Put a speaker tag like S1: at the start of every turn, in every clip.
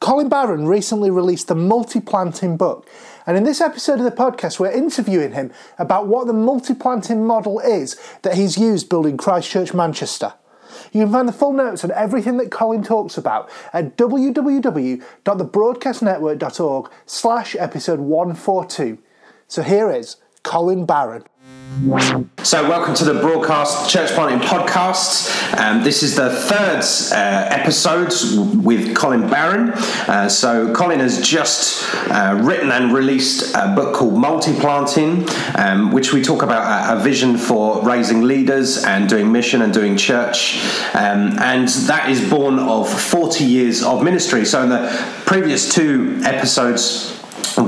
S1: Colin Barron recently released the Multi Planting book, and in this episode of the podcast, we're interviewing him about what the multi planting model is that he's used building Christchurch, Manchester. You can find the full notes and everything that Colin talks about at www.thebroadcastnetwork.org slash episode 142. So here is Colin Barron.
S2: So, welcome to the broadcast Church Planting podcast. Um, this is the third uh, episode with Colin Barron. Uh, so, Colin has just uh, written and released a book called Multi Planting, um, which we talk about uh, a, a vision for raising leaders and doing mission and doing church. Um, and that is born of 40 years of ministry. So, in the previous two episodes,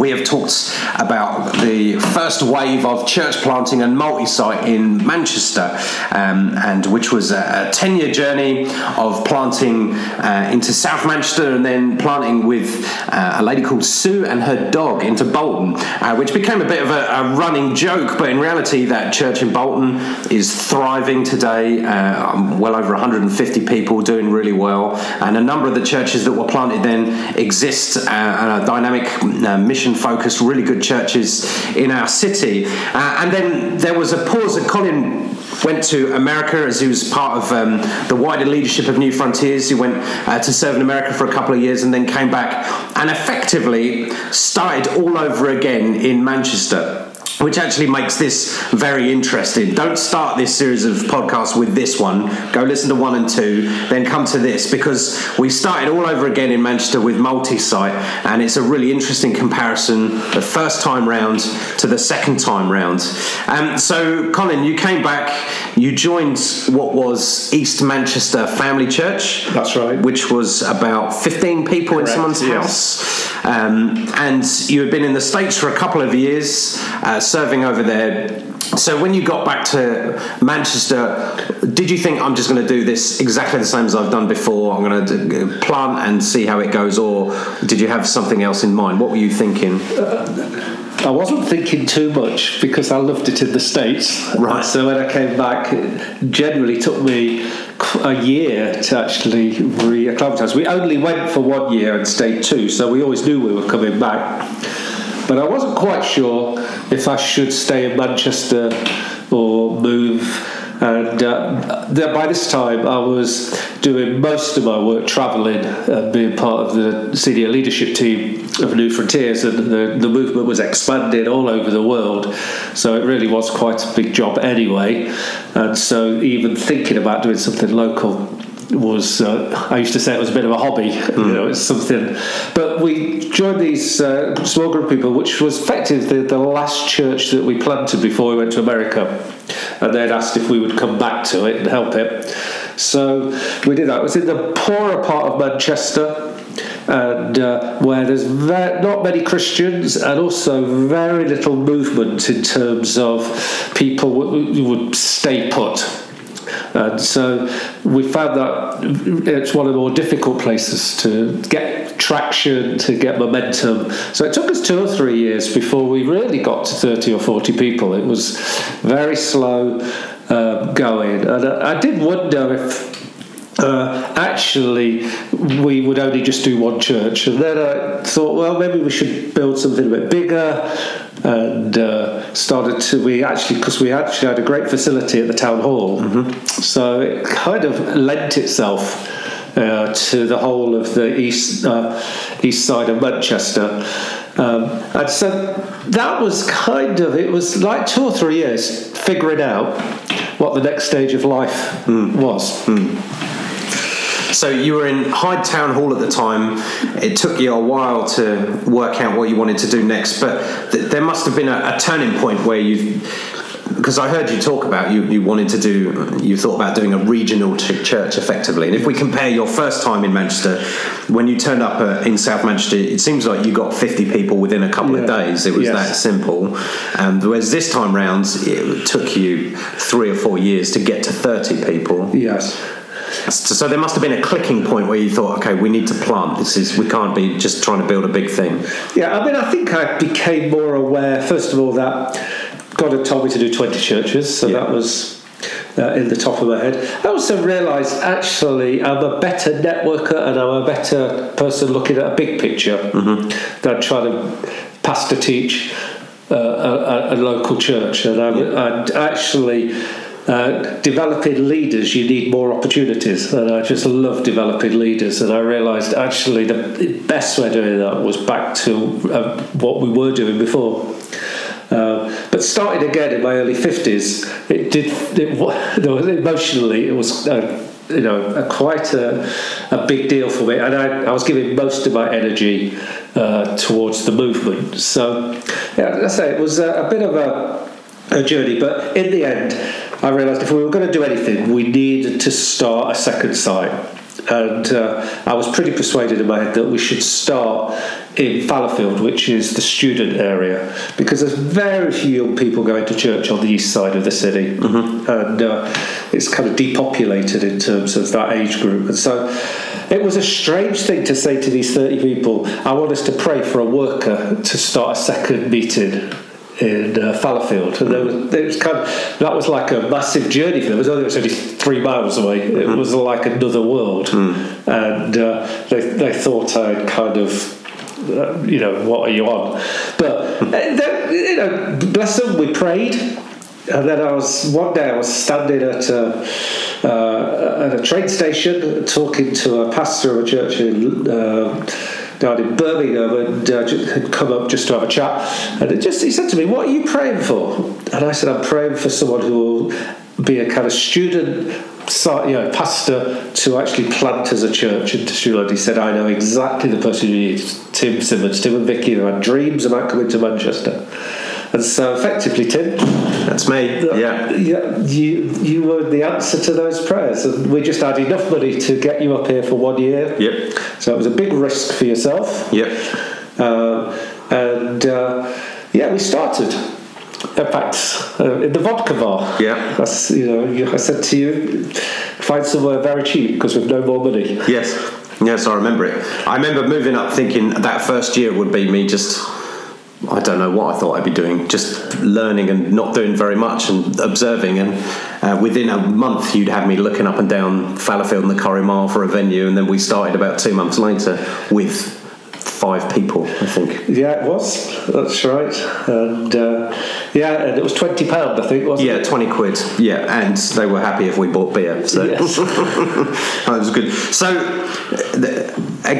S2: we have talked about the first wave of church planting and multi-site in Manchester, um, and which was a, a ten-year journey of planting uh, into South Manchester, and then planting with uh, a lady called Sue and her dog into Bolton, uh, which became a bit of a, a running joke. But in reality, that church in Bolton is thriving today. Uh, um, well over 150 people doing really well, and a number of the churches that were planted then exist uh, and are dynamic, uh, mission focused, really good churches in our city. Uh, and then there was a pause that Colin went to America as he was part of um, the wider leadership of New Frontiers. He went uh, to serve in America for a couple of years and then came back and effectively started all over again in Manchester which actually makes this very interesting. Don't start this series of podcasts with this one. Go listen to one and two, then come to this because we started all over again in Manchester with multi site, and it's a really interesting comparison the first time round to the second time round. Um, so, Colin, you came back, you joined what was East Manchester Family Church.
S3: That's right.
S2: Which was about 15 people in
S3: Correct,
S2: someone's
S3: yes.
S2: house. Um, and you had been in the States for a couple of years, uh, serving over there. So when you got back to Manchester, did you think I'm just going to do this exactly the same as I've done before? I'm going to plant and see how it goes, or did you have something else in mind? What were you thinking?
S3: I wasn't thinking too much because I loved it in the States.
S2: Right.
S3: So when I came back, it generally took me qu- a year to actually reacclimatize. We only went for one year and stayed two, so we always knew we were coming back. But I wasn't quite sure if I should stay in Manchester or move. And uh, th- by this time, I was doing most of my work travelling and being part of the senior leadership team of New Frontiers, and the, the movement was expanded all over the world. So it really was quite a big job anyway. And so even thinking about doing something local was uh, I used to say it was a bit of a hobby, you know, it's something. But we joined these uh, small group people, which was effectively the, the last church that we planted before we went to America, and they'd asked if we would come back to it and help it. So we did that. It was in the poorer part of Manchester and uh, where there's ve- not many Christians and also very little movement in terms of people w- w- would stay put. And so we found that it's one of the more difficult places to get traction, to get momentum. So it took us two or three years before we really got to 30 or 40 people. It was very slow um, going. And I, I did wonder if uh, actually we would only just do one church and then i thought well maybe we should build something a bit bigger and uh, started to we actually because we actually had a great facility at the town hall so it kind of lent itself uh, to the whole of the east uh, east side of manchester um, and so that was kind of it was like two or three years figuring out what the next stage of life was
S2: So you were in Hyde Town Hall at the time. It took you a while to work out what you wanted to do next, but th- there must have been a, a turning point where you because I heard you talk about you, you wanted to do, you thought about doing a regional ch- church effectively. And if we compare your first time in Manchester, when you turned up uh, in South Manchester, it seems like you got 50 people within a couple of
S3: Yeah.
S2: days. It was
S3: Yes.
S2: that simple. And whereas this time round, it took you three or four years to get to 30 people.
S3: Yes.
S2: So, so there must have been a clicking point where you thought, okay, we need to plant. This is, we can't be just trying to build a big thing.
S3: Yeah, I mean, I think I became more aware, first of all, that God had told me to do 20 churches, so
S2: Yeah.
S3: that was uh, in the top of my head. I also realised actually I'm a better networker and I'm a better person looking at a big picture than trying to pastor teach uh, a, a, a local church. And I'm, and actually. Uh, developing leaders, you need more opportunities, and I just love developing leaders. And I realised actually the best way of doing that was back to uh, what we were doing before. Uh, but starting again in my early fifties, it did. It, wa- there was- emotionally, it was uh, you know a, quite a, a big deal for me, and I, I was giving most of my energy uh, towards the movement. So yeah, as I say it was a, a bit of a a journey. But in the end, I realised if we were going to do anything, we needed to start a second site. And uh, I was pretty persuaded in my head that we should start in Fallowfield, which is the student area, because there's very few young people going to church on the east side of the city, and uh, it's kind of depopulated in terms of that age group. And so it was a strange thing to say to these 30 people, I want us to pray for a worker to start a second meeting in uh, Fallowfield, and there was, it was kind of that was like a massive journey for them. It was only, it was only three miles away. It was like another world, and uh, they they thought I'd kind of. Uh, you know what are you on? But uh, they- you know, bless them. We prayed. And Uh, then I was one day I was standing at a, uh, at a train station talking to a pastor of a church in uh, down in Birmingham and uh, ju- had come up just to have a chat and it just he said to me what are you praying for and I said I'm praying for someone who will be a kind of student si- you know, pastor to actually plant as a church in Tishula. He said I know exactly the person you need Tim Simmons Tim and Vicky who had dreams about coming to Manchester and so effectively Tim
S2: That's me. Yeah.
S3: yeah, you you were the answer to those prayers, and we just had enough money to get you up here for one year.
S2: Yep.
S3: So it was a big risk for yourself.
S2: Yep.
S3: Uh, and uh, yeah, we started. In fact, uh, in the vodka bar.
S2: Yeah.
S3: That's you know you- I said to you, find somewhere very cheap because we've no more money.
S2: Yes. Yes, I remember it. I remember moving up thinking that first year would be me just I don't know what I thought I'd be doing, just learning and not doing very much and observing. And uh, within a month, you'd have me looking up and down Fallowfield and the Curry Mile for a venue. And then we started about two months later with five people, I think.
S3: Yeah, it was. That's right. And uh, yeah, and it was twenty pound, I think, wasn't
S2: Yeah,
S3: it?
S2: 20 quid. Yeah, and they were happy if we bought beer. So
S3: Yes.
S2: that was good. So, the,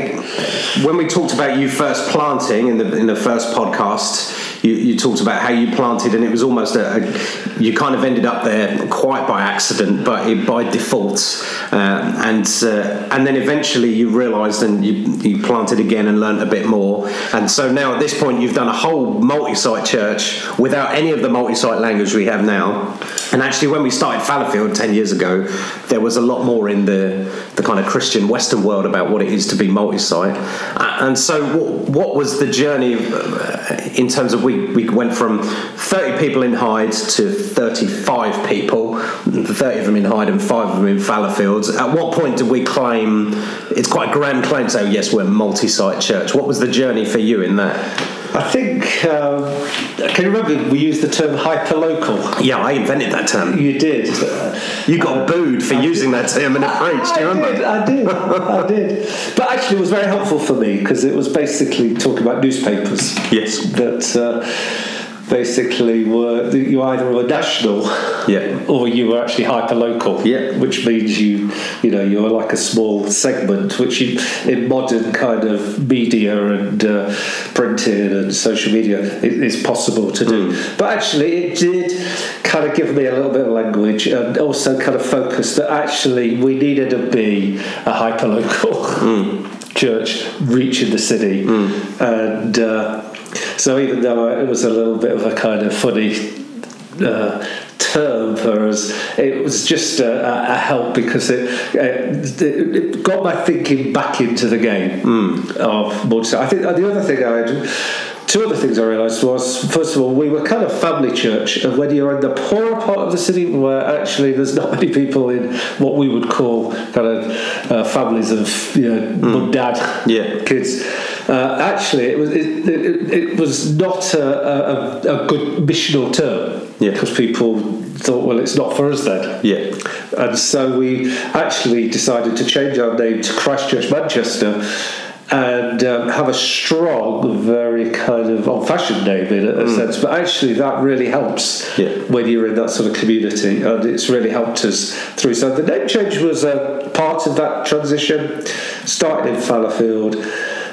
S2: I, when we talked about you first planting in the in the first podcast, you, you talked about how you planted, and it was almost a, a you kind of ended up there quite by accident, but it, by default, um, and uh, and then eventually you realised and you, you planted again and learnt a bit more, and so now at this point you've done a whole multi-site church without any of the multi-site language we have now, and actually when we started Fallowfield ten years ago, there was a lot more in the the kind of Christian Western world about what it is to be multi-site. Uh, And so, what, what was the journey uh, in terms of we we went from thirty people in Hyde to thirty-five people, thirty of them in Hyde and five of them in Fallowfields. At what point did we claim? It's quite a grand claim to say yes, we're a multi-site church. What was the journey for you in that?
S3: I think um, I can remember we used the term hyperlocal.
S2: Yeah, I invented that term.
S3: You did.
S2: You got booed for using that term in a preach. Do you remember?
S3: I did, I did, I did. But actually, it was very helpful for me because it was basically talking about newspapers.
S2: Yes.
S3: That uh, basically were that you either were national,
S2: Yeah.
S3: or you were actually hyperlocal.
S2: Yeah.
S3: Which means you, you know, you're like a small segment, which you, in modern kind of media and uh, printing and social media it is possible to do. But actually, it did kind of give me a little bit of language and also kind of focus that actually we needed to be a hyperlocal church reaching the city. And uh, so, even though it was a little bit of a kind of funny uh, term for us. It was just a, a- a help because it, it, it got my thinking back into the game of Manchester. I think uh, the other thing I had, two other things I realised was first of all we were kind of family church, and when you're in the poorer part of the city where actually there's not many people in what we would call kind of uh, families of you know mum dad
S2: Yeah.
S3: kids. Uh, actually, it was it, it, it was not a, a, a good missional term
S2: Yeah.
S3: because people thought, well, it's not for us then.
S2: Yeah.
S3: And so we actually decided to change our name to Christchurch Manchester and um, have a strong, very kind of old fashioned name in a sense. But actually, that really helps
S2: Mm. Yeah.
S3: when you're in that sort of community, and it's really helped us through. So the name change was a part of that transition, started in Fallowfield,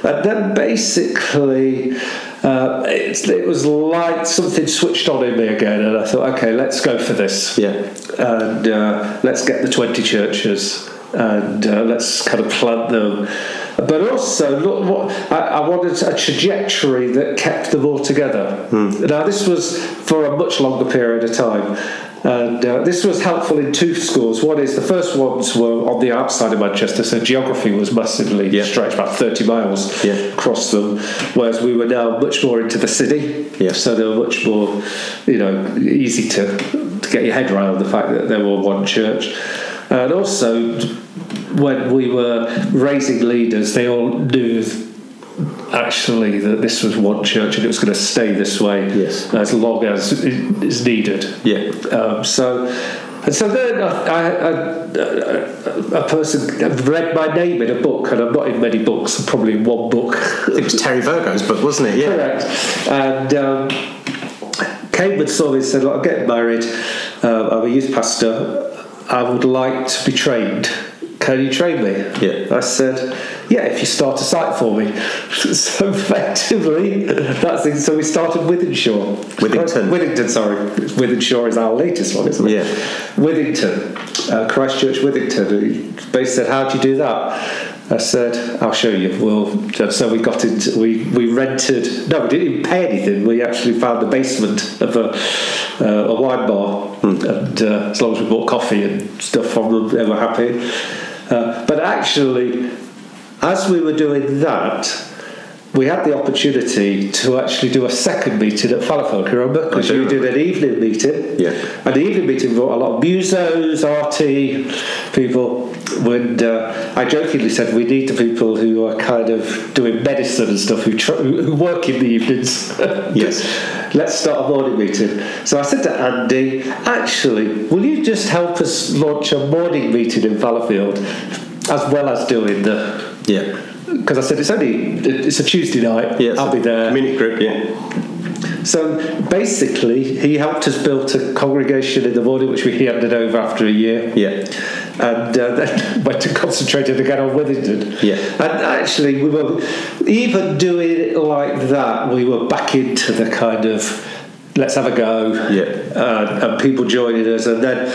S3: and then basically. Uh, it, it was like something switched on in me again, and I thought, okay, let's go for this
S2: Yeah.
S3: and uh, let's get the 20 churches and uh, let's kind of plant them. But also, look, what, I, I wanted a trajectory that kept them all together.
S2: Hmm.
S3: Now, this was for a much longer period of time. And uh, this was helpful in two scores. One is the first ones were on the outside of Manchester, so geography was massively
S2: Yeah.
S3: stretched, about 30 miles
S2: Yeah.
S3: across them, whereas we were now much more into the city.
S2: Yeah.
S3: So they were much more, you know, easy to, to get your head around the fact that they were one church. And also, when we were raising leaders, they all knew actually that this was one church and it was going to stay this way
S2: Yes.
S3: as long as it is needed.
S2: Yeah.
S3: Um, so, and so then I, I, I, a person read my name in a book, and I'm not in many books, I'm probably in one book.
S2: It was Terry Virgo's book, wasn't it? Yeah.
S3: Correct. And um, came and saw me and said, Look, I'm getting married. Uh, I'm a youth pastor. I would like to be trained. Can you train me?
S2: Yeah.
S3: I said, Yeah, if you start a site for me. so effectively, that's it. So we started Withinshaw.
S2: Withington.
S3: Withington, sorry. Withinshaw is our latest one, isn't it?
S2: Yeah.
S3: Withington, uh, Christchurch Withington. He basically said, How do you do that? I said, I'll show you. Well, uh, so we got into, we, we rented, no, we didn't even pay anything. We actually found the basement of a, uh, a wine bar. And uh, as long as we bought coffee and stuff from them, they were happy. Uh, but actually, as we were doing that, we had the opportunity to actually do a second meeting at Fallowfield, can you remember? Because
S2: do
S3: you did an evening meeting.
S2: Yeah.
S3: And the evening meeting brought a lot of musos, RT people. When uh, I jokingly said we need the people who are kind of doing medicine and stuff who, tr- who who work in the evenings.
S2: Yes.
S3: Let's start a morning meeting. So I said to Andy, actually, will you just help us launch a morning meeting in Fallowfield as well as doing the
S2: Yeah.
S3: because I said it's only it's a Tuesday night.
S2: Yeah.
S3: I'll be there.
S2: Community group, yeah.
S3: so basically, he helped us build a congregation in the morning, which we handed over after a year.
S2: Yeah.
S3: And uh, then went to concentrate it again on Withington.
S2: Yeah.
S3: And actually, we were even doing it like that. We were back into the kind of let's have a go.
S2: Yeah.
S3: And, and people joining us, and then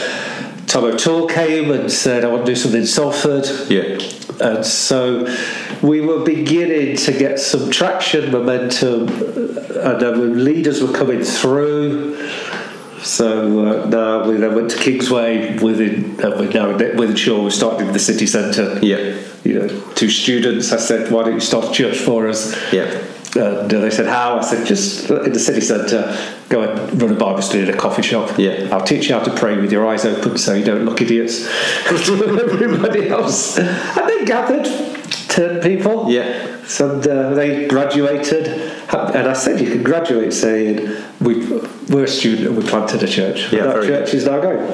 S3: Tom O'Toole came and said, "I want to do something in Salford."
S2: Yeah.
S3: And so we were beginning to get some traction, momentum, and then the leaders were coming through. So uh, now we then went to Kingsway within, and we're now in- within Shaw, we started in the city centre.
S2: Yeah.
S3: You know, two students, I said, why don't you start a church for us?
S2: Yeah.
S3: And uh, they said, how? I said, just in the city centre, go and run a Bible study in a coffee shop.
S2: Yeah.
S3: I'll teach you how to pray with your eyes open so you don't look idiots to everybody else. And they gathered 10 people.
S2: Yeah.
S3: So uh, they graduated. And I said, you can graduate saying, we, we're a student and we planted a church.
S2: Yeah,
S3: And that
S2: very
S3: church is now going.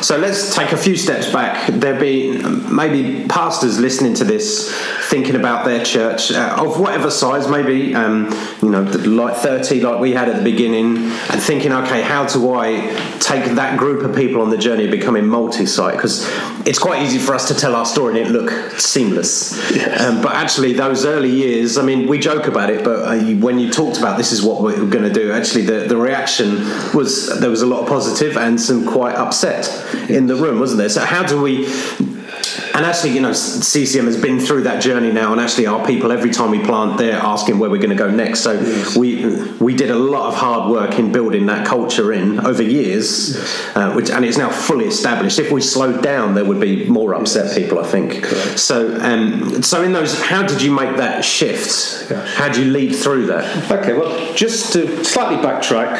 S2: So let's take a few steps back. There be um, maybe pastors listening to this, thinking about their church uh, of whatever size, maybe um, you know, like thirty, like we had at the beginning, and thinking, okay, how do I take that group of people on the journey of becoming multi-site? Because it's quite easy for us to tell our story and it look seamless. Um, but actually, those early years, I mean, we joke about it, but uh, you- when you talked about this is what we're going to do, actually, the, the reaction was there was a lot of positive and some quite upset in the room, wasn't there? So, how do we And actually, you know, CCM has been through that journey now, and actually, our people every time we plant, they're asking where we're going to go next. So we we did a lot of hard work in building that culture in over years, uh, which and it's now fully established. If we slowed down, there would be more upset people, I think. So, um, so in those, how did you make that shift? How do you lead through that?
S3: Okay, well, just to slightly backtrack,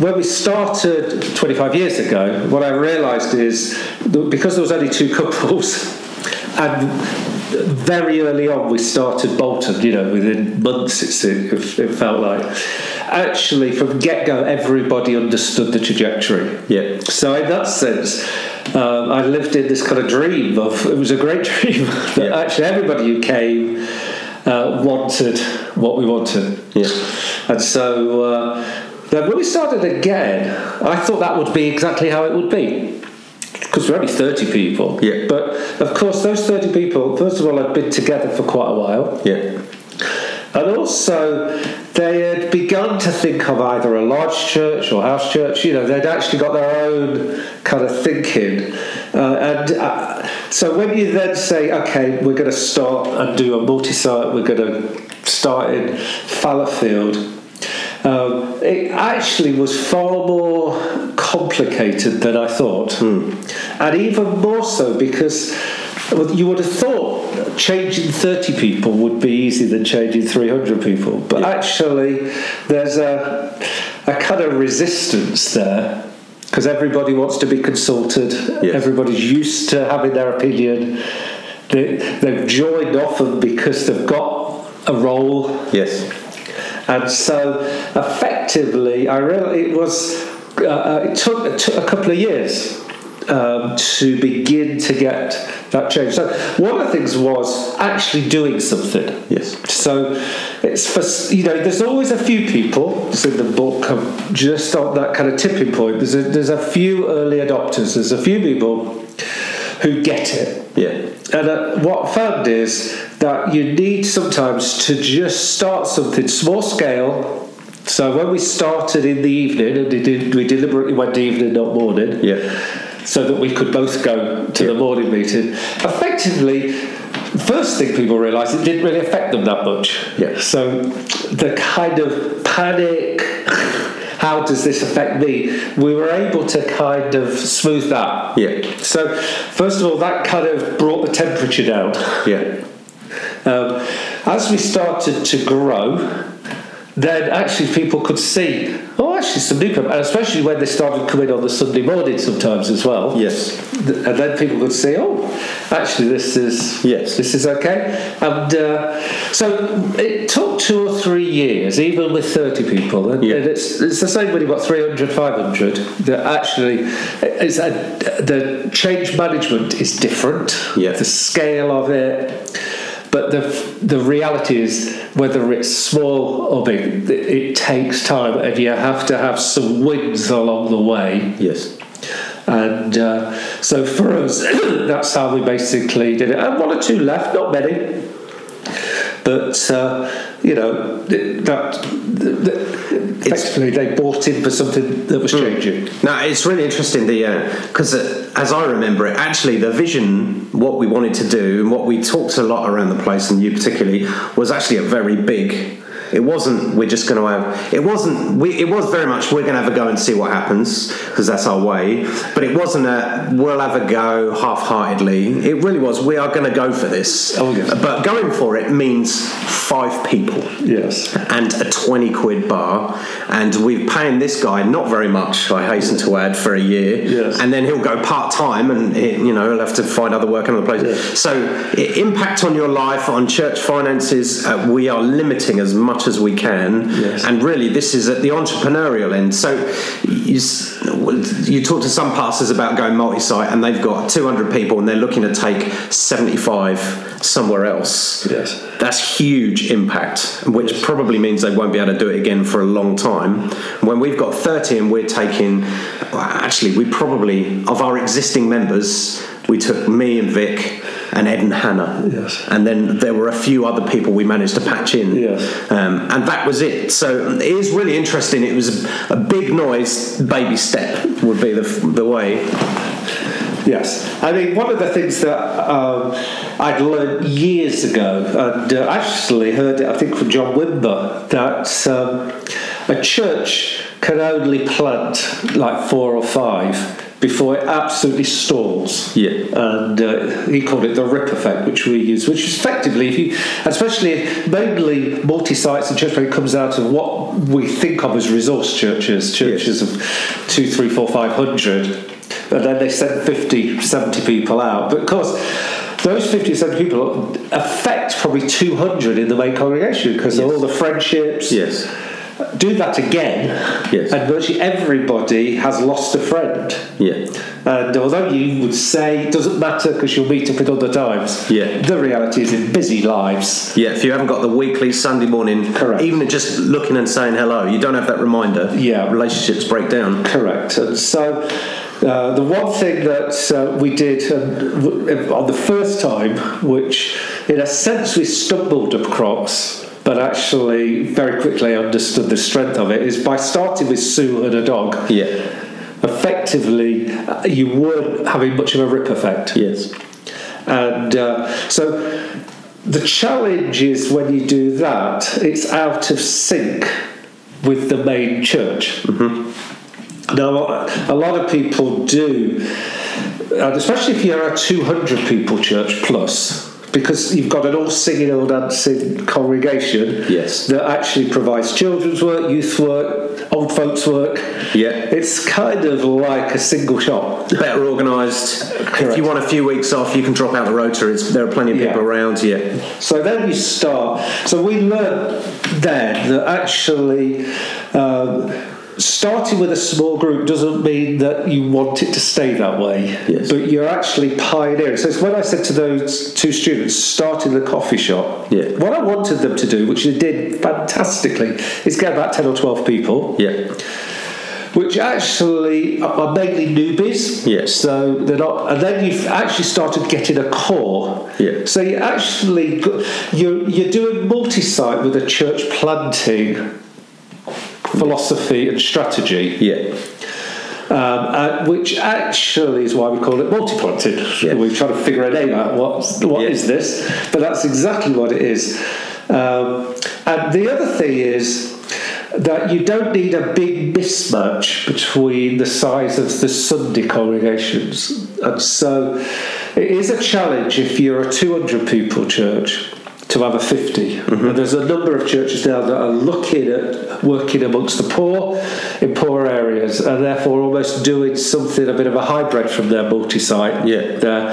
S3: when we started 25 years ago, what I realised is that because there was only two couples, and very early on we started Bolton, you know, within months it, se- it, it felt like. Actually, from get go, everybody understood the trajectory.
S2: Yeah.
S3: So in that sense, um, I lived in this kind of dream of it was a great dream that
S2: Yeah.
S3: actually everybody who came uh, wanted what we wanted.
S2: Yeah.
S3: And so uh, then when we started again, I thought that would be exactly how it would be. Because we're only 30 people.
S2: Yeah.
S3: But of course, those 30 people, first of all, had been together for quite a while.
S2: Yeah.
S3: And also, they had begun to think of either a large church or house church. You know, they'd actually got their own kind of thinking. Uh, and uh, so when you then say, okay, we're going to start and do a multi site, we're going to start in Fallowfield. Um, it actually was far more complicated than I thought, and even more so because well, you would have thought changing 30 people would be easier than changing 300 people, but actually, there's a, a kind of resistance there because everybody wants to be consulted,
S2: Yes.
S3: everybody's used to having their opinion. They, they've joined often because they've got a role
S2: Yes.
S3: and so effectively I really it was uh, uh, it took, it took a couple of years um, to begin to get that change so one of the things was actually doing something
S2: Yes.
S3: so it's for you know there's always a few people it's in the book um, just on that kind of tipping point there's a, there's a few early adopters there's a few people who get it
S2: Yeah.
S3: and uh, what I found is that you need sometimes to just start something small scale. So when we started in the evening, and we, did, we deliberately went evening, not morning,
S2: Yeah.
S3: so that we could both go to the morning meeting. Effectively, first thing people realised it didn't really affect them that much.
S2: Yeah.
S3: So the kind of panic, how does this affect me? We were able to kind of smooth that.
S2: Yeah.
S3: So, first of all, that kind of brought the temperature down.
S2: Yeah.
S3: Um, as we started to grow, then actually people could see, oh, actually some new people, and especially when they started coming on the Sunday morning sometimes as well.
S2: Yes.
S3: Th- And then people could see, oh, actually this is
S2: Yes.
S3: this is okay. And uh, so it took two or three years, even with 30 people. And,
S2: Yeah.
S3: and it's, it's the same when you've got 300, 500, that actually it's a, the change management is different.
S2: Yeah.
S3: The scale of it. But the, the reality is, whether it's small or big, it, it takes time and you have to have some wins along the way.
S2: Yes.
S3: And uh, so for us, that's how we basically did it. And one or two left, not many. But, uh, you know, th- that th- th- effectively they bought in for something that was changing.
S2: Now it's really interesting the because uh, as I remember it, actually the vision, what we wanted to do, and what we talked a lot around the place, and you particularly, was actually a very big. It wasn't. We're just going to have. It wasn't. We. It was very much. We're going to have a go and see what happens because that's our way. But it wasn't a. We'll have a go half-heartedly. It really was. We are going to go for this.
S3: Oh, yes.
S2: But going for it means five people
S3: Yes.
S2: and a 20 quid bar and we're paying this guy not very much i hasten to add for a year
S3: Yes.
S2: and then he'll go part-time and he- you know he'll have to find other work in other places so i impact on your life on church finances uh, we are limiting as much as we can
S3: Yes.
S2: and really this is at the entrepreneurial end so you, s- you talk to some pastors about going multi-site and they've got 200 people and they're looking to take 75 somewhere else
S3: Yes.
S2: that's huge impact, which probably means they won't be able to do it again for a long time. When we've got 30 and we're taking, well, actually, we probably, of our existing members, we took me and Vic and Ed and Hannah.
S3: Yes.
S2: And then there were a few other people we managed to patch in.
S3: Yes.
S2: Um, and that was it. So it is really interesting. It was a, a big noise, baby step would be the, the way.
S3: Yes, I mean one of the things that um, I'd learned years ago, and uh, actually heard it, I think from John Wimber, that um, a church can only plant like four or five before it absolutely stalls.
S2: Yeah.
S3: and uh, he called it the rip effect, which we use, which is effectively, if you, especially mainly multi-sites and church planting comes out of what we think of as resource churches, churches of two, three, four, five hundred and then they send 50, 70 people out. But of course, those 50, 70 people affect probably 200 in the main congregation because of all the friendships.
S2: Yes.
S3: Do that again,
S2: Yes.
S3: and virtually everybody has lost a friend.
S2: Yeah.
S3: And although you would say it doesn't matter because you'll meet up at other times,
S2: Yeah.
S3: the reality is in busy lives,
S2: Yeah, if you haven't got the weekly Sunday morning,
S3: Correct.
S2: even just looking and saying hello, you don't have that reminder.
S3: Yeah.
S2: relationships break down.
S3: Correct. And so uh, the one thing that uh, we did um, w- on the first time, which in a sense we stumbled across, but actually very quickly understood the strength of it, is by starting with Sue and a dog.
S2: Yeah.
S3: Effectively, uh, you weren't having much of a rip effect.
S2: Yes.
S3: And uh, so the challenge is when you do that, it's out of sync with the main church.
S2: Mm-hmm.
S3: Now, a lot of people do, and especially if you're a 200 people church plus, because you've got an all singing, all dancing congregation
S2: Yes.
S3: that actually provides children's work, youth work, old folks work.
S2: Yeah.
S3: It's kind of like a single shop.
S2: Better organised. If
S3: Correct.
S2: you want a few weeks off, you can drop out the rotor. It's, there are plenty of people
S3: Yeah.
S2: around. Yeah.
S3: So then you start. So we learned then that actually um, starting with a small group doesn't mean that you want it to stay that way,
S2: Yes.
S3: but you're actually pioneering. So it's when I said to those two students, start in the coffee shop.
S2: Yeah.
S3: What I wanted them to do, which they did fantastically, is get about 10 or 12 people
S2: Yeah.
S3: which actually are mainly newbies.
S2: Yeah.
S3: So they're not, and then you've actually started getting a core.
S2: Yeah.
S3: So you actually go- you're you're doing multi-site with a church planting philosophy and strategy,
S2: Yeah.
S3: um, uh, which actually is why we call it multi-planting.
S2: Yeah.
S3: We're trying to figure a name out. What what
S2: Yeah.
S3: is this? But that's exactly what it is. Um, and the other thing is that you don't need a big mismatch between the size of the Sunday congregations. And so it is a challenge if you're a 200 people church to have a 50. And there's a number of churches now that are looking at working amongst the poor in poor areas and therefore almost doing something, a bit of a hybrid from their multi site
S2: Yeah.
S3: there.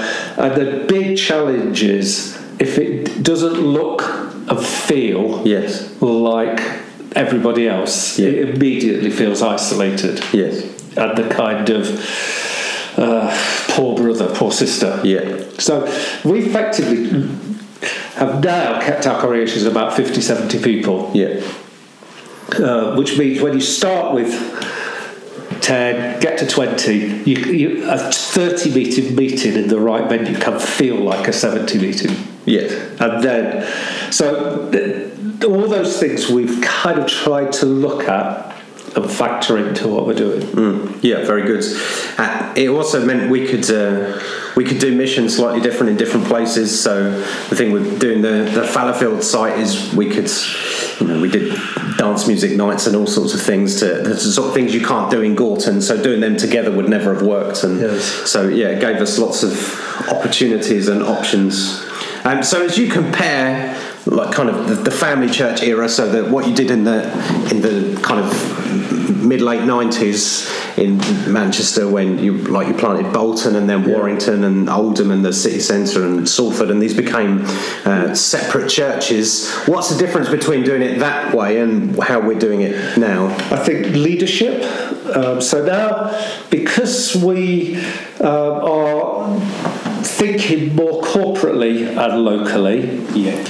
S3: And Uh, the big challenge is if it doesn't look and feel
S2: Yes.
S3: like everybody else,
S2: Yeah.
S3: it immediately feels isolated.
S2: Yes.
S3: And the kind of uh, poor brother, poor sister.
S2: Yeah.
S3: So we effectively have now kept our congregations at about 50, 70 people
S2: Yeah.
S3: uh, which means when you start with 10, get to 20, you, you, a 30 meeting meeting in the right venue can feel like a 70 meeting.
S2: Yes.
S3: And then, so th- all those things we've kind of tried to look at and factor into what we're doing.
S2: Mm, yeah, very good. Uh, it also meant we could uh, we could do missions slightly different in different places. So the thing with doing the the Fallowfield site is we could, you know, we did dance music nights and all sorts of things to the sort of things you can't do in Gorton. So doing them together would never have worked. And
S3: Yes.
S2: so yeah, it gave us lots of opportunities and options. Um, so as you compare, like kind of the, the family church era, so that what you did in the in the kind of mid late nineties in Manchester when you like you planted Bolton and then Warrington and Oldham and the city centre and Salford and these became uh, separate churches. What's the difference between doing it that way and how we're doing it now?
S3: I think leadership. Um, so now, because we um, are thinking more corporately and locally, yeah.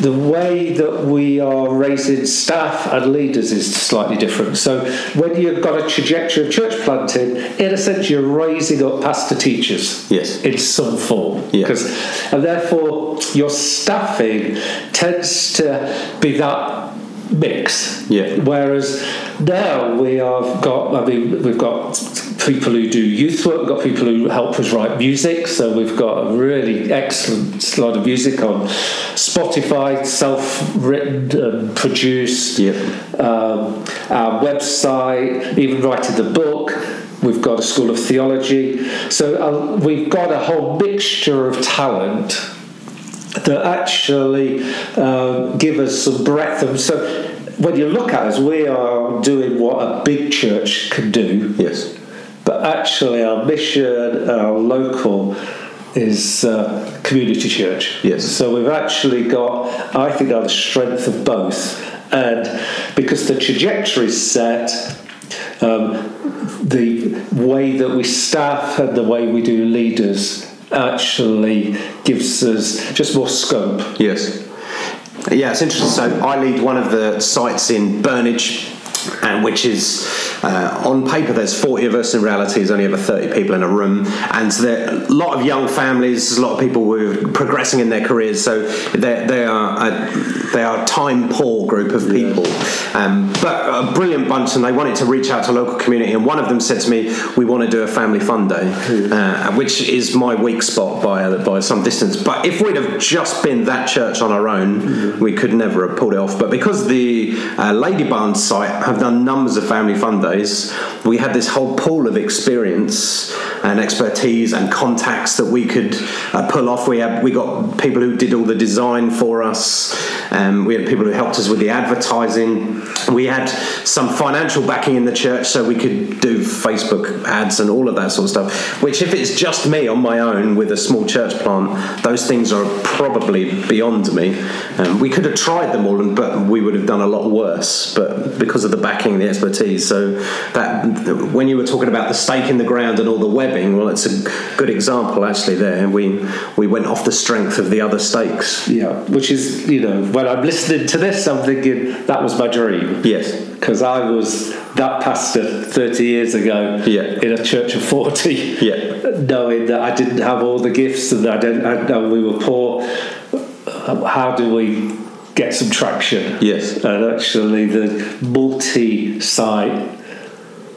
S3: the way that we are raising staff and leaders is slightly different. So when you've got a trajectory of church planting, in a sense, you're raising up pastor teachers
S2: Yes.
S3: in some form.
S2: Yeah.
S3: 'Cause- and therefore, your staffing tends to be that mix.
S2: Yeah.
S3: Whereas now we have got, I mean, we've got people who do youth work, we've got people who help us write music. So we've got a really excellent lot of music on Spotify, self written and produced.
S2: Yep.
S3: Um, our website, even writing the book. We've got a school of theology. So uh, we've got a whole mixture of talent that actually um, give us some breadth. And so when you look at us, we are doing what a big church can do,
S2: Yes.
S3: but actually our mission, and our local, is uh, community church.
S2: Yes.
S3: So we've actually got, I think, are the strength of both, and because the trajectory is set. Um, the way that we staff and the way we do leaders actually gives us just more scope
S2: Yes. Yeah, it's interesting. So I lead one of the sites in Burnage, and which is uh, on paper there's 40 of us. In reality, there's only ever 30 people in a room, and so there are a lot of young families. There's a lot of people who are progressing in their careers, so they they are a, they are a time poor group of people, um, but a brilliant bunch, and they wanted to reach out to local community. And one of them said to me, "We want to do a family fun day," uh, which is my weak spot by by some distance. But if we'd have just been that church on our own, we could never have pulled it off. But because the uh, Lady Barn site have done numbers of family fun days, we had this whole pool of experience and expertise and contacts that we could uh, pull off. We had we got people who did all the design for us. Um, we had people who helped us with the advertising. We had some financial backing in the church, so we could do Facebook ads and all of that sort of stuff. Which, if it's just me on my own with a small church plant, those things are probably beyond me. Um, we could have tried them all, and but we would have done a lot worse. But because of the backing, and the expertise, so that when you were talking about the stake in the ground and all the webbing, well, it's a good example actually. There, we we went off the strength of the other stakes.
S3: Yeah, which is you know when I'm listening to this, I'm thinking that was my dream.
S2: Yes.
S3: because I was that pastor 30 years ago.
S2: Yeah.
S3: in a church of 40.
S2: Yeah.
S3: knowing that I didn't have all the gifts and I didn't, I know we were poor. How do we get some traction?
S2: Yes.
S3: and actually the multi-site.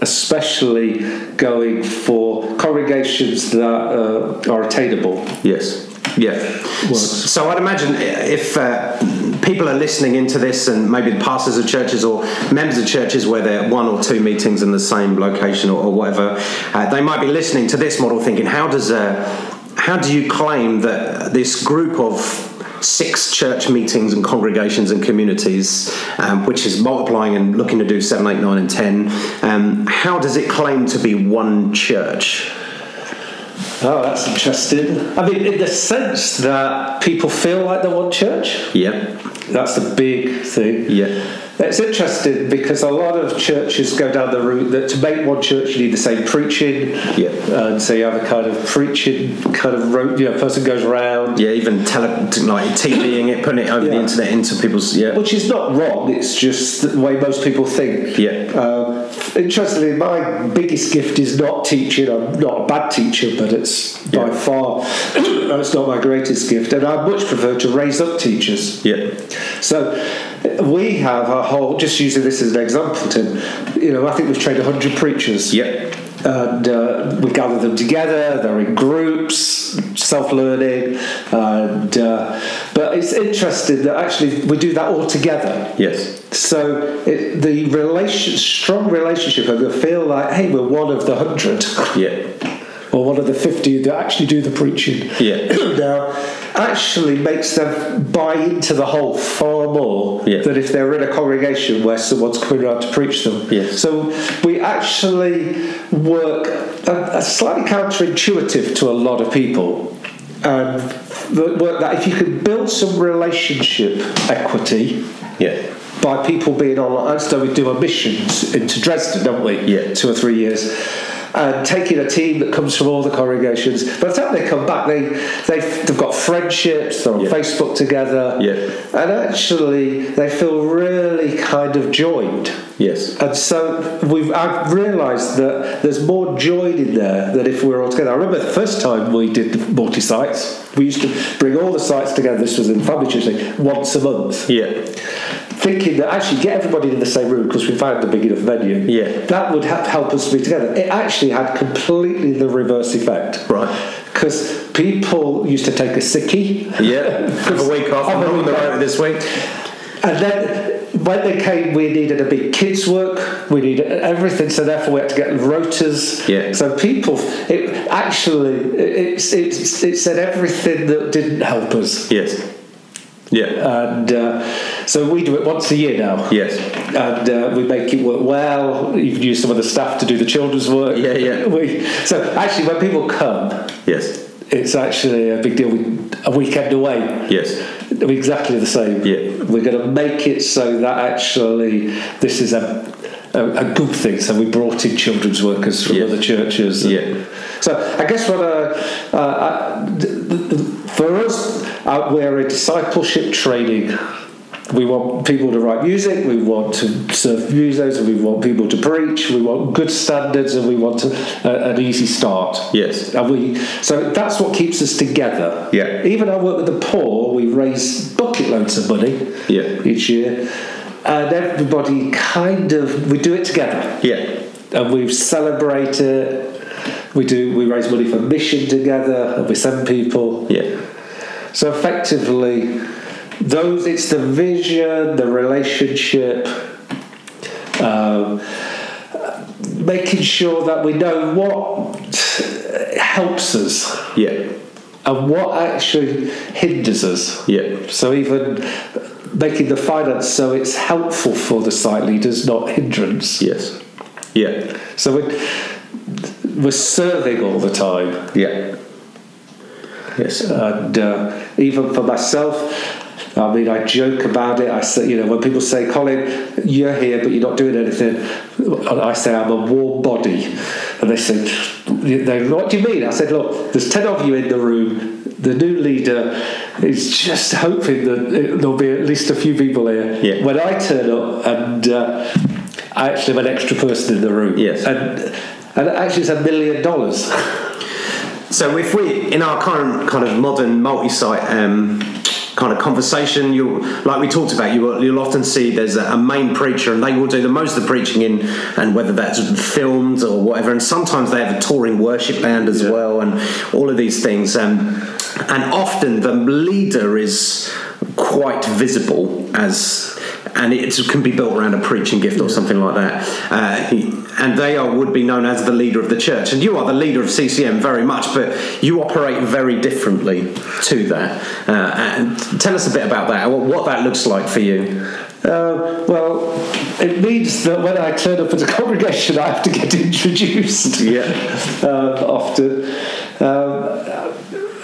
S3: Especially going for congregations that uh, are attainable.
S2: Yes. Yeah. S- So I'd imagine i- if uh, people are listening into this, and maybe the pastors of churches or members of churches where they're one or two meetings in the same location or, or whatever, uh, they might be listening to this model, thinking, how does uh, how do you claim that this group of six church meetings and congregations and communities, um, which is multiplying and looking to do seven, eight, nine, and ten. Um, how does it claim to be one church?
S3: Oh, that's interesting. I mean, in the sense that people feel like they want church,
S2: Yeah,
S3: that's the big thing.
S2: yeah,
S3: It's interesting because a lot of churches go down the route that to make one church you need the same preaching.
S2: Yeah.
S3: And so you have a kind of preaching kind of rope, you know, person goes around.
S2: Yeah, even tele, like TVing it, putting it over the
S3: Yeah.
S2: internet into people's yeah,
S3: Which is not wrong, it's just the way most people think.
S2: Yeah.
S3: Um, interestingly, my biggest gift is not teaching. I'm not a bad teacher, but it's by
S2: Yeah.
S3: far, it's not my greatest gift. And I much prefer to raise up teachers.
S2: yeah,
S3: So we have a whole, just using this as an example, Tim, you know, I think we've trained 100 preachers.
S2: yeah,
S3: And uh, we gather them together, they're in groups, self learning. and Uh, but it's interesting that actually we do that all together.
S2: yes,
S3: So it, the relation, strong relationship, and the feel like, hey, we're one of the 100
S2: yeah,
S3: or one of the 50 that actually do the preaching
S2: yeah,
S3: now actually makes them buy into the whole far more
S2: Yeah.
S3: than if they're in a congregation where someone's coming around to preach them.
S2: Yes.
S3: So we actually work a, a slightly counterintuitive to a lot of people. Um, the work that if you can build some relationship equity
S2: yeah,
S3: by people being online. So we do a mission into Dresden, don't we?
S2: Yeah.
S3: Two or three years. And taking a team that comes from all the congregations. By the time they come back, they, they've, they've got friendships, they're on
S2: Yeah.
S3: Facebook together.
S2: Yeah.
S3: And actually, they feel really kind of joined.
S2: yes,
S3: And so we've I've realised that there's more joy in there than if we were all together. I remember the first time we did the multi sites. We used to bring all the sites together. This was in family church thing, once a month
S2: yeah,
S3: thinking that actually get everybody in the same room because we found a big enough venue.
S2: Yeah.
S3: That would ha- help us to be together. It actually had completely the reverse effect.
S2: Right.
S3: Because people used to take a sickie.
S2: Yeah, have a week off.
S3: Have
S2: I'm
S3: a
S2: not on the
S3: week
S2: road
S3: off.
S2: this week.
S3: And then when they came, we needed a big kids' work. We needed everything, so therefore we had to get rotors.
S2: Yeah.
S3: So people, it actually, it, it, it, it said everything that didn't help us.
S2: Yes. Yeah.
S3: And uh, so we do it once a year now.
S2: Yes.
S3: And uh, we make it work well. Even use some of the staff to do the children's work.
S2: Yeah, yeah.
S3: We, so actually, when people come,
S2: Yes.
S3: it's actually a big deal. We, a weekend away.
S2: Yes.
S3: They're exactly the same.
S2: Yeah.
S3: We're going to make it so that actually this is a, a, a good thing. So we brought in children's workers from
S2: Yeah.
S3: other churches. and-
S2: Yeah.
S3: So I guess what uh, uh, I- th- th- th- for us, uh, we're a discipleship training. We want people to write music. We want to serve musos. We want people to preach. We want good standards, and we want a, a- an easy start.
S2: Yes.
S3: And we, so that's what keeps us together.
S2: Yeah.
S3: Even our work with the poor, we raise bucket loads of money
S2: Yeah.
S3: each year. And everybody kind of, we do it together.
S2: Yeah.
S3: And we celebrate it. We do, we raise money for mission together and we send people.
S2: Yeah.
S3: So effectively, those, it's the vision, the relationship, um, making sure that we know what helps us
S2: Yeah.
S3: and what actually hinders us.
S2: Yeah.
S3: So even making the finance so it's helpful for the site leaders, not hindrance.
S2: Yes. Yeah.
S3: So we're, we're serving all the time,
S2: Yeah. Yes.
S3: and uh, even for myself. I mean, I joke about it. I say, you know, when people say, Colin, you're here, but you're not doing anything, and I say, I'm a warm body. And they said, they, What do you mean? I said, Look, there's 10 of you in the room. The new leader is just hoping that it- there'll be at least a few people here.
S2: Yeah.
S3: When I turn up, and uh, I actually have an extra person in the room.
S2: Yes.
S3: And, and actually, it's a million dollars.
S2: So if we in our current kind of modern multi-site um, kind of conversation, you like we talked about, you will, you'll often see there's a, a main preacher and they will do the most of the preaching in, and whether that's filmed or whatever, and sometimes they have a touring worship band as well, and all of these things, um, and often the leader is quite visible as and it can be built around a preaching gift or something like that. Uh, he- and they are would be known as the leader of the church, and you are the leader of CCM very much, but you operate very differently to that. Uh, and tell us a bit about that, what, what that looks like for you.
S3: Uh, well, it means that when I turn up at a congregation, I have to get introduced.
S2: Yeah.
S3: Uh, often. Um,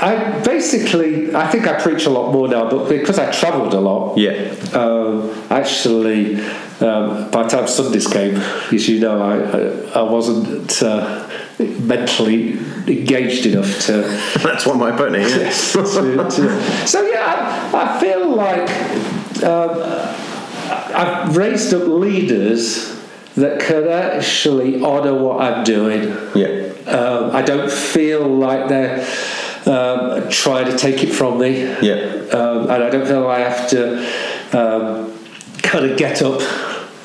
S3: I basically, I think I preach a lot more now, but because I travelled a lot,
S2: Yeah.
S3: um, actually, um, by the time Sundays came, as you know, I, I, I wasn't uh, mentally engaged enough to
S2: That's what my opponent is.
S3: to- to- so yeah, I, I feel like um, I- I've raised up leaders that can actually honour what I'm doing.
S2: yeah.
S3: Um, I don't feel like they're um, trying to take it from me.
S2: Yeah.
S3: Um, and I don't feel I have to um, kind of get up.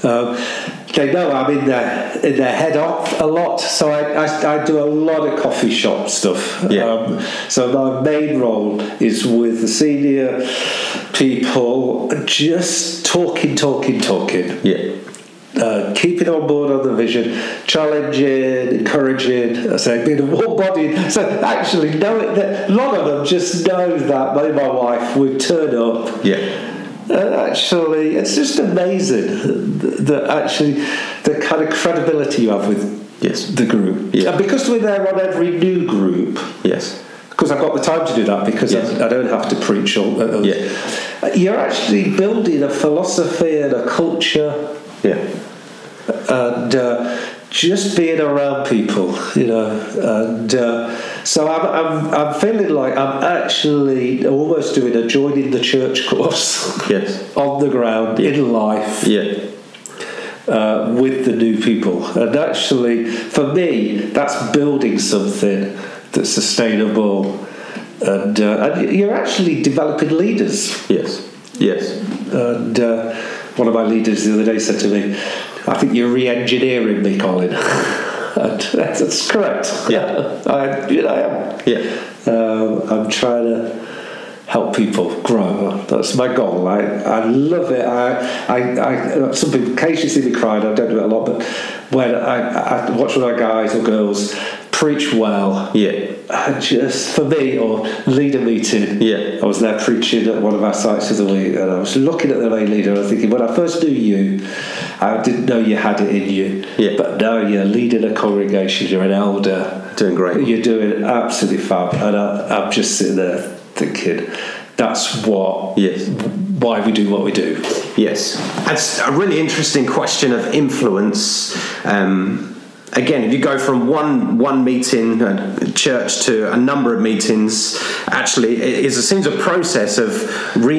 S3: Um, they know I'm in their in their head off a lot, so I, I, I do a lot of coffee shop stuff.
S2: Yeah.
S3: Um, so my main role is with the senior people, just talking, talking, talking
S2: Yeah.
S3: uh, keeping on board on the vision, challenging, encouraging, I say being a warm body. So actually, knowing that a lot of them just know that me and my wife would turn up.
S2: Yeah.
S3: And actually, it's just amazing th- that actually the kind of credibility you have with
S2: Yes.
S3: the group.
S2: Yeah.
S3: And because we're there on every new group,
S2: Yes.
S3: because I've got the time to do that because
S2: Yes.
S3: I, I don't have to preach all. Uh,
S2: Yeah.
S3: You're actually building a philosophy and a culture
S2: Yeah.
S3: and uh, just being around people, you know. And uh, so I'm, I'm, I'm feeling like I'm actually almost doing a joining the church course
S2: Yes.
S3: on the ground in life
S2: Yeah.
S3: uh, with the new people. And actually, for me, that's building something that's sustainable. And, uh, and you're actually developing leaders
S2: Yes. Yes.
S3: and uh, one of my leaders the other day said to me, I think you're re engineering me, Colin. and that's, that's correct.
S2: Yeah.
S3: I, you know, I am.
S2: Yeah.
S3: Um, I'm trying to help people grow. That's my goal. I, I love it. I, I, I, some people occasionally see me crying. I don't do it a lot, but when I, I watch one of my guys or girls preach well,
S2: Yeah.
S3: I just for me or lead a meeting.
S2: Yeah.
S3: I was there preaching at one of our sites of the week, and I was looking at the main leader. and I was thinking, when I first knew you, I didn't know you had it in you.
S2: Yeah.
S3: But now you're leading a congregation. You're an elder.
S2: Doing great.
S3: You're doing absolutely fab, and I, I'm just sitting there thinking, that's what.
S2: Yes.
S3: Why we do what we do.
S2: Yes, that's a really interesting question of influence. Um, again, if you go from one one meeting uh church to a number of meetings, actually, it, is- it seems a process of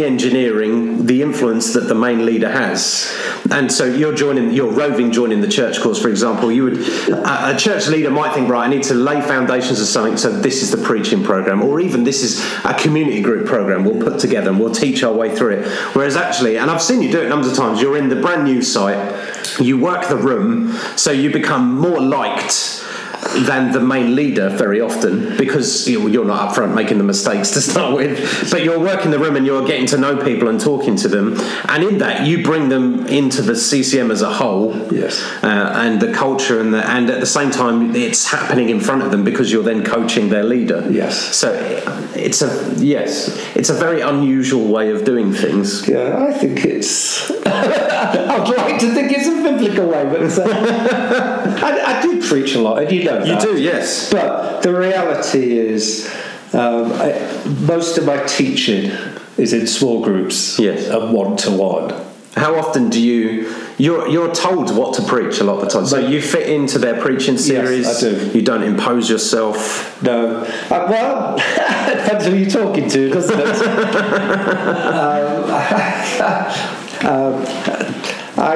S2: re-engineering the influence that the main leader has. And so you're joining, you're roving joining the church course, for example. You would a, a church leader might think, right, I need to lay foundations of something. So this is the preaching program, or even this is a community group program we'll put together and we'll teach our way through it. Whereas actually, and I've seen you do it numbers of times, you're in the brand new site, you work the room, so you become more liked than the main leader very often because you- you're not up front making the mistakes to start with but you're working the room and you're getting to know people and talking to them and in that you bring them into the CCM as a whole
S3: Yes.
S2: uh, and the culture and the, and at the same time it's happening in front of them because you're then coaching their leader
S3: Yes.
S2: so it's a yes it's a very unusual way of doing things
S3: Yeah, I think it's. I'd like to think it's a biblical way, but it's, uh, I, I do preach a lot, and you know
S2: you
S3: that.
S2: do yes
S3: But the reality is, um, I, most of my teaching is in small groups
S2: Yes.
S3: and one to one.
S2: How often do you you're you're told what to preach a lot of the time? So you fit into their preaching series.
S3: I do.
S2: You don't impose yourself.
S3: No. Uh, well, depends who you're talking to, doesn't it? um, um, I,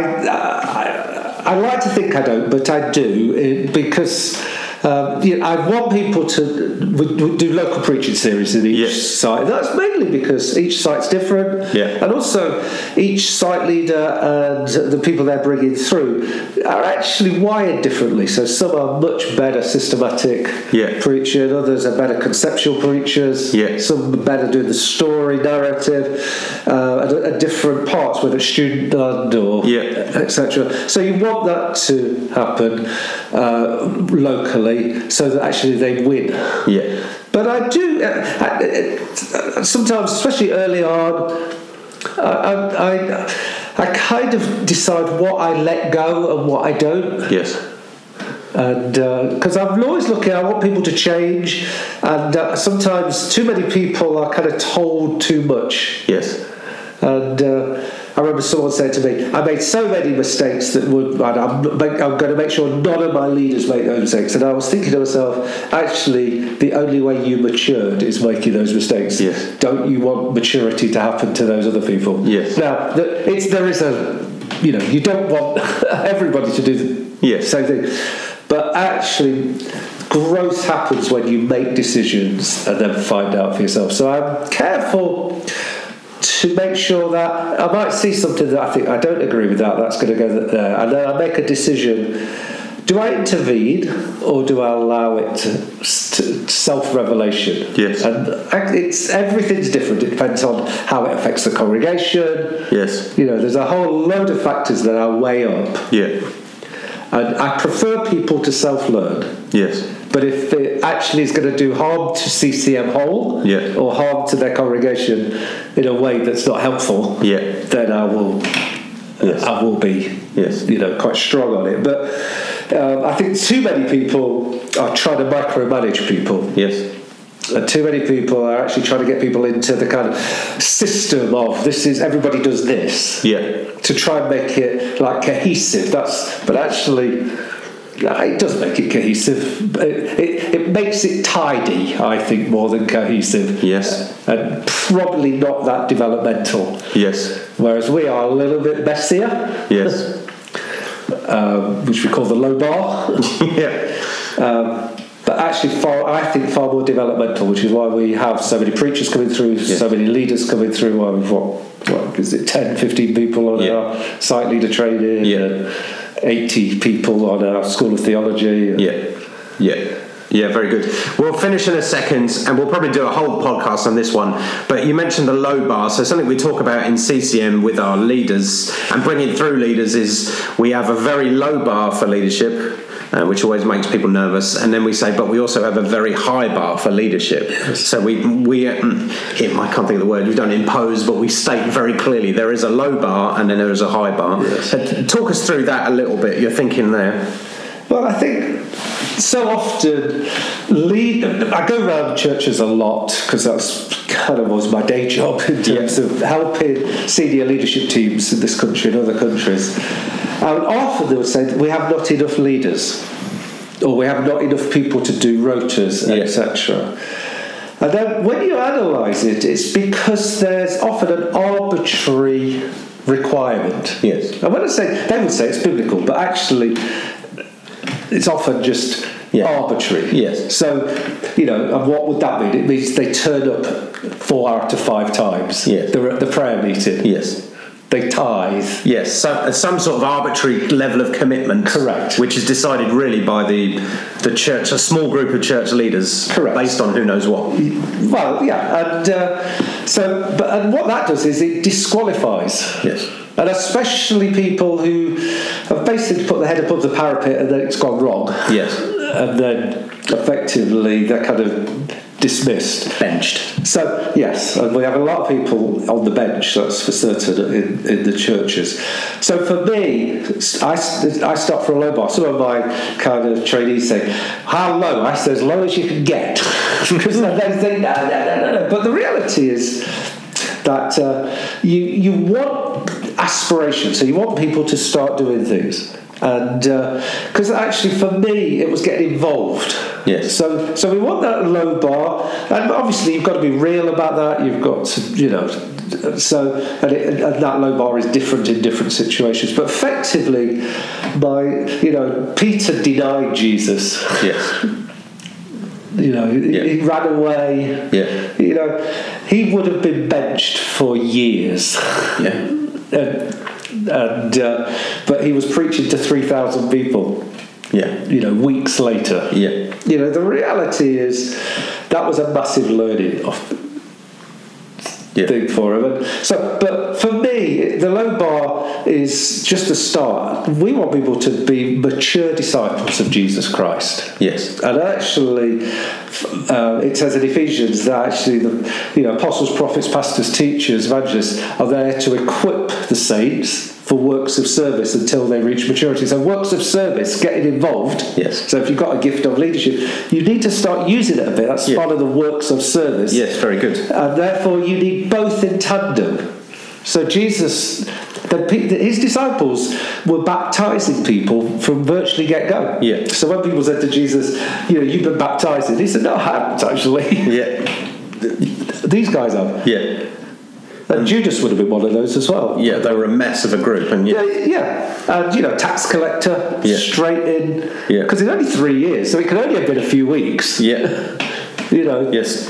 S3: I, I like to think I don't, but I do eh, because um, you know, I want people to we, we do local preaching series in each
S2: Yes.
S3: site. That's mainly because each site's different,
S2: Yeah.
S3: and also each site leader and the people they're bringing through are actually wired differently. So some are much better systematic
S2: Yeah.
S3: preaching, others are better conceptual preachers,
S2: Yeah.
S3: some are better doing the story narrative uh, at, at different parts, whether it's student uh, led or
S2: Yeah.
S3: etc. So you want that to happen uh, locally, so that actually they win.
S2: Yeah.
S3: But I do uh, I, I, sometimes, especially early on, I, I, I, I kind of decide what I let go and what I don't
S2: Yes.
S3: and because I'm always looking, I want people to change, and uh, sometimes too many people are kind of told too much.
S2: Yes.
S3: And uh, I remember someone saying to me, "I made so many mistakes that would, and I'm, I'm going to make sure none of my leaders make those mistakes." And I was thinking to myself, actually, the only way you matured is making those mistakes.
S2: Yes.
S3: Don't you want maturity to happen to those other people?
S2: Yes.
S3: Now, the, it's there is a, you know, you don't want everybody to do the
S2: Yes.
S3: same thing, but actually, growth happens when you make decisions and then find out for yourself. So I'm careful to make sure that I might see something that I think I don't agree with that. That's going to go there, and then I make a decision. Do I intervene or do I allow it to, to self revelation?
S2: Yes.
S3: And act- it's everything's different. It depends on how it affects the congregation.
S2: Yes.
S3: You know, there's a whole load of factors that I weigh up.
S2: Yeah.
S3: And I prefer people to self learn.
S2: Yes.
S3: But if it actually is going to do harm to CCM whole
S2: Yeah.
S3: or harm to their congregation in a way that's not helpful,
S2: Yeah.
S3: then I will,
S2: Yes.
S3: I will be,
S2: Yes.
S3: you know, quite strong on it. But um, I think too many people are trying to micromanage people.
S2: Yes.
S3: And too many people are actually trying to get people into the kind of system of this is everybody does this
S2: Yeah.
S3: to try and make it like cohesive. That's but actually. nah, It does make it cohesive. It, it, it makes it tidy, I think, more than cohesive. Uh,
S2: Yes.
S3: And probably not that developmental.
S2: Yes.
S3: Whereas we are a little bit messier,
S2: Yes.
S3: um, which we call the low bar.
S2: yeah.
S3: Um, but actually, far, I think far more developmental, which is why we have so many preachers coming through, so many leaders coming through, why we've got what is it 10 15 people on
S2: Yeah.
S3: our site leader training
S2: Yeah.
S3: and 80 people on our school of theology and-
S2: Yeah, yeah, yeah. Very good. We'll finish in a second, and we'll probably do a whole podcast on this one. But you mentioned the low bar, so something we talk about in CCM with our leaders and bringing through leaders is we have a very low bar for leadership. Uh, which always makes people nervous, and then we say, but we also have a very high bar for leadership. So we we um, it, I can't think of the word. We don't impose, but we state very clearly there is a low bar and then there is a high bar. Uh, Talk us through that a little bit. Your thinking there.
S3: Well, I think so often lead. I go around churches a lot because that's kind of was my day job in terms of helping senior leadership teams in this country and other countries. And often they would say we have not enough leaders, or we have not enough people to do rotas,
S2: Yeah.
S3: etc. And then when you analyse it, it's because there's often an arbitrary requirement.
S2: Yes.
S3: And when I say they would say it's biblical, but actually it's often just
S2: Yeah.
S3: arbitrary.
S2: Yes.
S3: So, you know, and what would that mean? It means they turn up four out of five times.
S2: Yeah.
S3: They're at the prayer meeting.
S2: Yes.
S3: They tithe.
S2: Yes, so, some sort of arbitrary level of commitment.
S3: Correct.
S2: Which is decided really by the the church, a small group of church leaders.
S3: Correct.
S2: Based on who knows what.
S3: Well, yeah, and uh, so, but and what that does is it disqualifies.
S2: Yes.
S3: And especially people who have basically put their head above the parapet and then it's gone wrong.
S2: Yes.
S3: And then uh, effectively they're kind of dismissed.
S2: Benched.
S3: So yes, and we have a lot of people on the bench. That's for certain in, in the churches. So for me, I, I start for a low bar. Some of my kind of trainees say, "How low?" I say, "As low as you can get," because then they think, "No, no, no, no, no." But the reality is that uh, you you want aspiration. So you want people to start doing things, and because actually for me, it was getting involved.
S2: Yes.
S3: So, so we want that low bar, and obviously you've got to be real about that. You've got to, you know, so and, it, and that low bar is different in different situations. But effectively, by you know, Peter denied Jesus.
S2: Yes.
S3: You know, he-
S2: Yeah.
S3: he ran away.
S2: Yeah.
S3: You know, he would have been benched for years.
S2: Yeah.
S3: and, and uh, but he was preaching to three thousand people.
S2: Yeah.
S3: You know, weeks later.
S2: Yeah.
S3: You know, the reality is that was a massive learning of-
S2: Yeah.
S3: thing for him. And so, but for me, the low bar is just a start. We want people to be mature disciples of Jesus Christ.
S2: Yes.
S3: And actually, f- uh, it says in Ephesians that actually the you know apostles, prophets, pastors, teachers, evangelists are there to equip the saints for works of service until they reach maturity. So works of service, getting involved.
S2: Yes.
S3: So if you've got a gift of leadership, you need to start using it a bit. That's
S2: Yeah.
S3: part of the works of service
S2: Yes. Very good.
S3: and Uh, therefore you need both in tandem. So Jesus, the, pe- the, his disciples were baptizing people from virtually get go.
S2: Yeah.
S3: So when people said to Jesus, you know, you've been baptizing, he said, no, I haven't actually.
S2: Yeah.
S3: These guys have.
S2: Yeah. Mm.
S3: And Judas would have been one of those as well.
S2: Yeah. They were a mess of a group, and
S3: Yeah,
S2: yeah.
S3: yeah. And, you know, tax collector,
S2: Yeah.
S3: straight in.
S2: Yeah.
S3: Because it's only three years, so it could only have been a few weeks.
S2: Yeah.
S3: You know,
S2: Yes.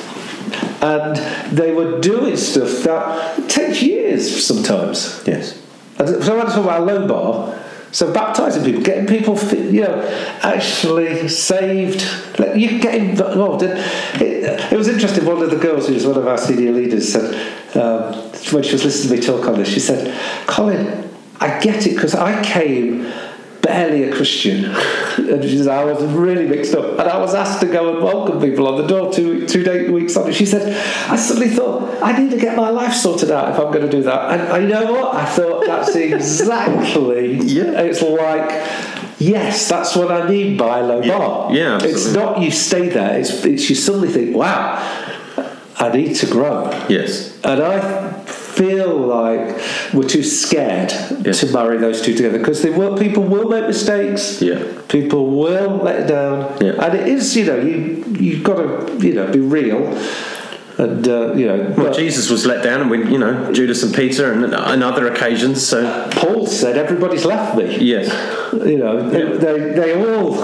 S3: and they were doing stuff that takes years sometimes.
S2: Yes.
S3: And So when I talk about low bar, so baptizing people, getting people, fi- you know, actually saved. Like you get involved. And it, it was interesting. One of the girls who was one of our senior leaders said um, when she was listening to me talk on this, she said, "Colin, I get it because I came." Barely a Christian, and she said I was really mixed up, and I was asked to go and welcome people on the door two two day weeks on. She said, I suddenly thought I need to get my life sorted out if I'm going to do that. And I you know what? I thought that's exactly.
S2: Yeah.
S3: It's like, yes, that's what I mean by low bar.
S2: yeah,
S3: It's
S2: absolutely.
S3: not you stay there. It's it's you suddenly think, wow, I need to grow.
S2: Yes.
S3: And I feel like we're too scared
S2: Yes.
S3: to marry those two together because they will, people will make mistakes.
S2: Yeah.
S3: People will let down.
S2: Yeah.
S3: And it is, you know, you you've got to, you know, be real. And uh, you know,
S2: Well,
S3: but
S2: Jesus was let down, and we, you know, Judas and Peter, and on other occasions. So
S3: Paul said everybody's left me.
S2: yes.
S3: You know, they
S2: Yeah.
S3: they, they all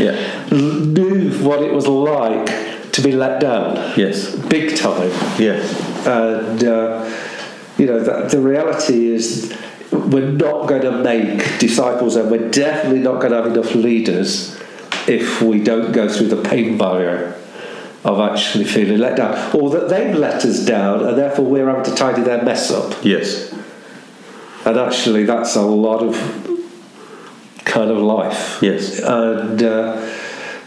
S2: Yeah.
S3: knew what it was like to be let down,
S2: Yes.
S3: big time.
S2: Yes.
S3: and uh, you know, that the reality is we're not going to make disciples and we're definitely not going to have enough leaders if we don't go through the pain barrier of actually feeling let down or that they've let us down and therefore we're having to tidy their mess up.
S2: Yes.
S3: And actually, that's a lot of kind of life.
S2: Yes.
S3: And uh,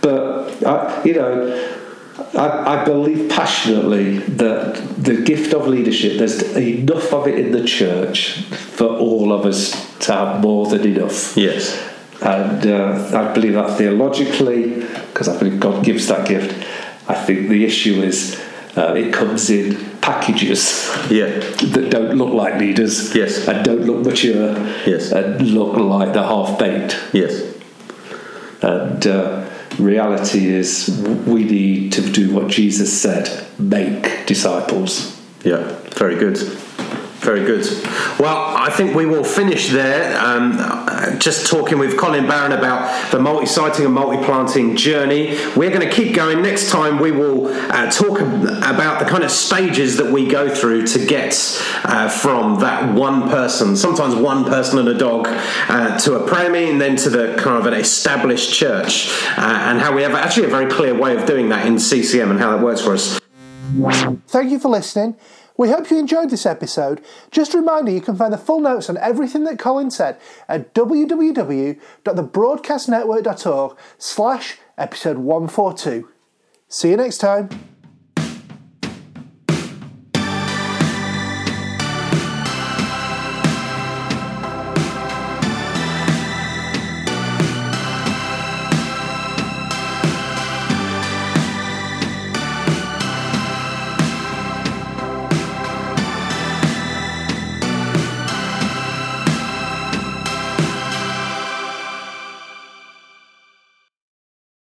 S3: but I, you know, I, I believe passionately that the gift of leadership. There's enough of it in the church for all of us to have more than enough.
S2: Yes.
S3: And uh, I believe that theologically, because I believe God gives that gift. I think the issue is uh, it comes in packages
S2: Yeah.
S3: that don't look like leaders
S2: Yes.
S3: and don't look mature
S2: Yes.
S3: and look like they're half baked
S2: Yes.
S3: and uh, reality is we need to do what Jesus said make disciples
S2: Yeah, very good. Very good. Well, I think we will finish there. Um, uh, just talking with Colin Barron about the multi siting and multi planting journey. We're going to keep going. Next time, we will uh, talk ab- about the kind of stages that we go through to get uh, from that one person, sometimes one person and a dog, uh, to a prayer meeting, then to the kind of an established church, uh, and how we have actually a very clear way of doing that in CCM and how that works for us.
S1: Thank you for listening. We hope you enjoyed this episode. Just a reminder you can find the full notes on everything that Colin said at www.thebroadcastnetwork.org slash episode 142. See you next time.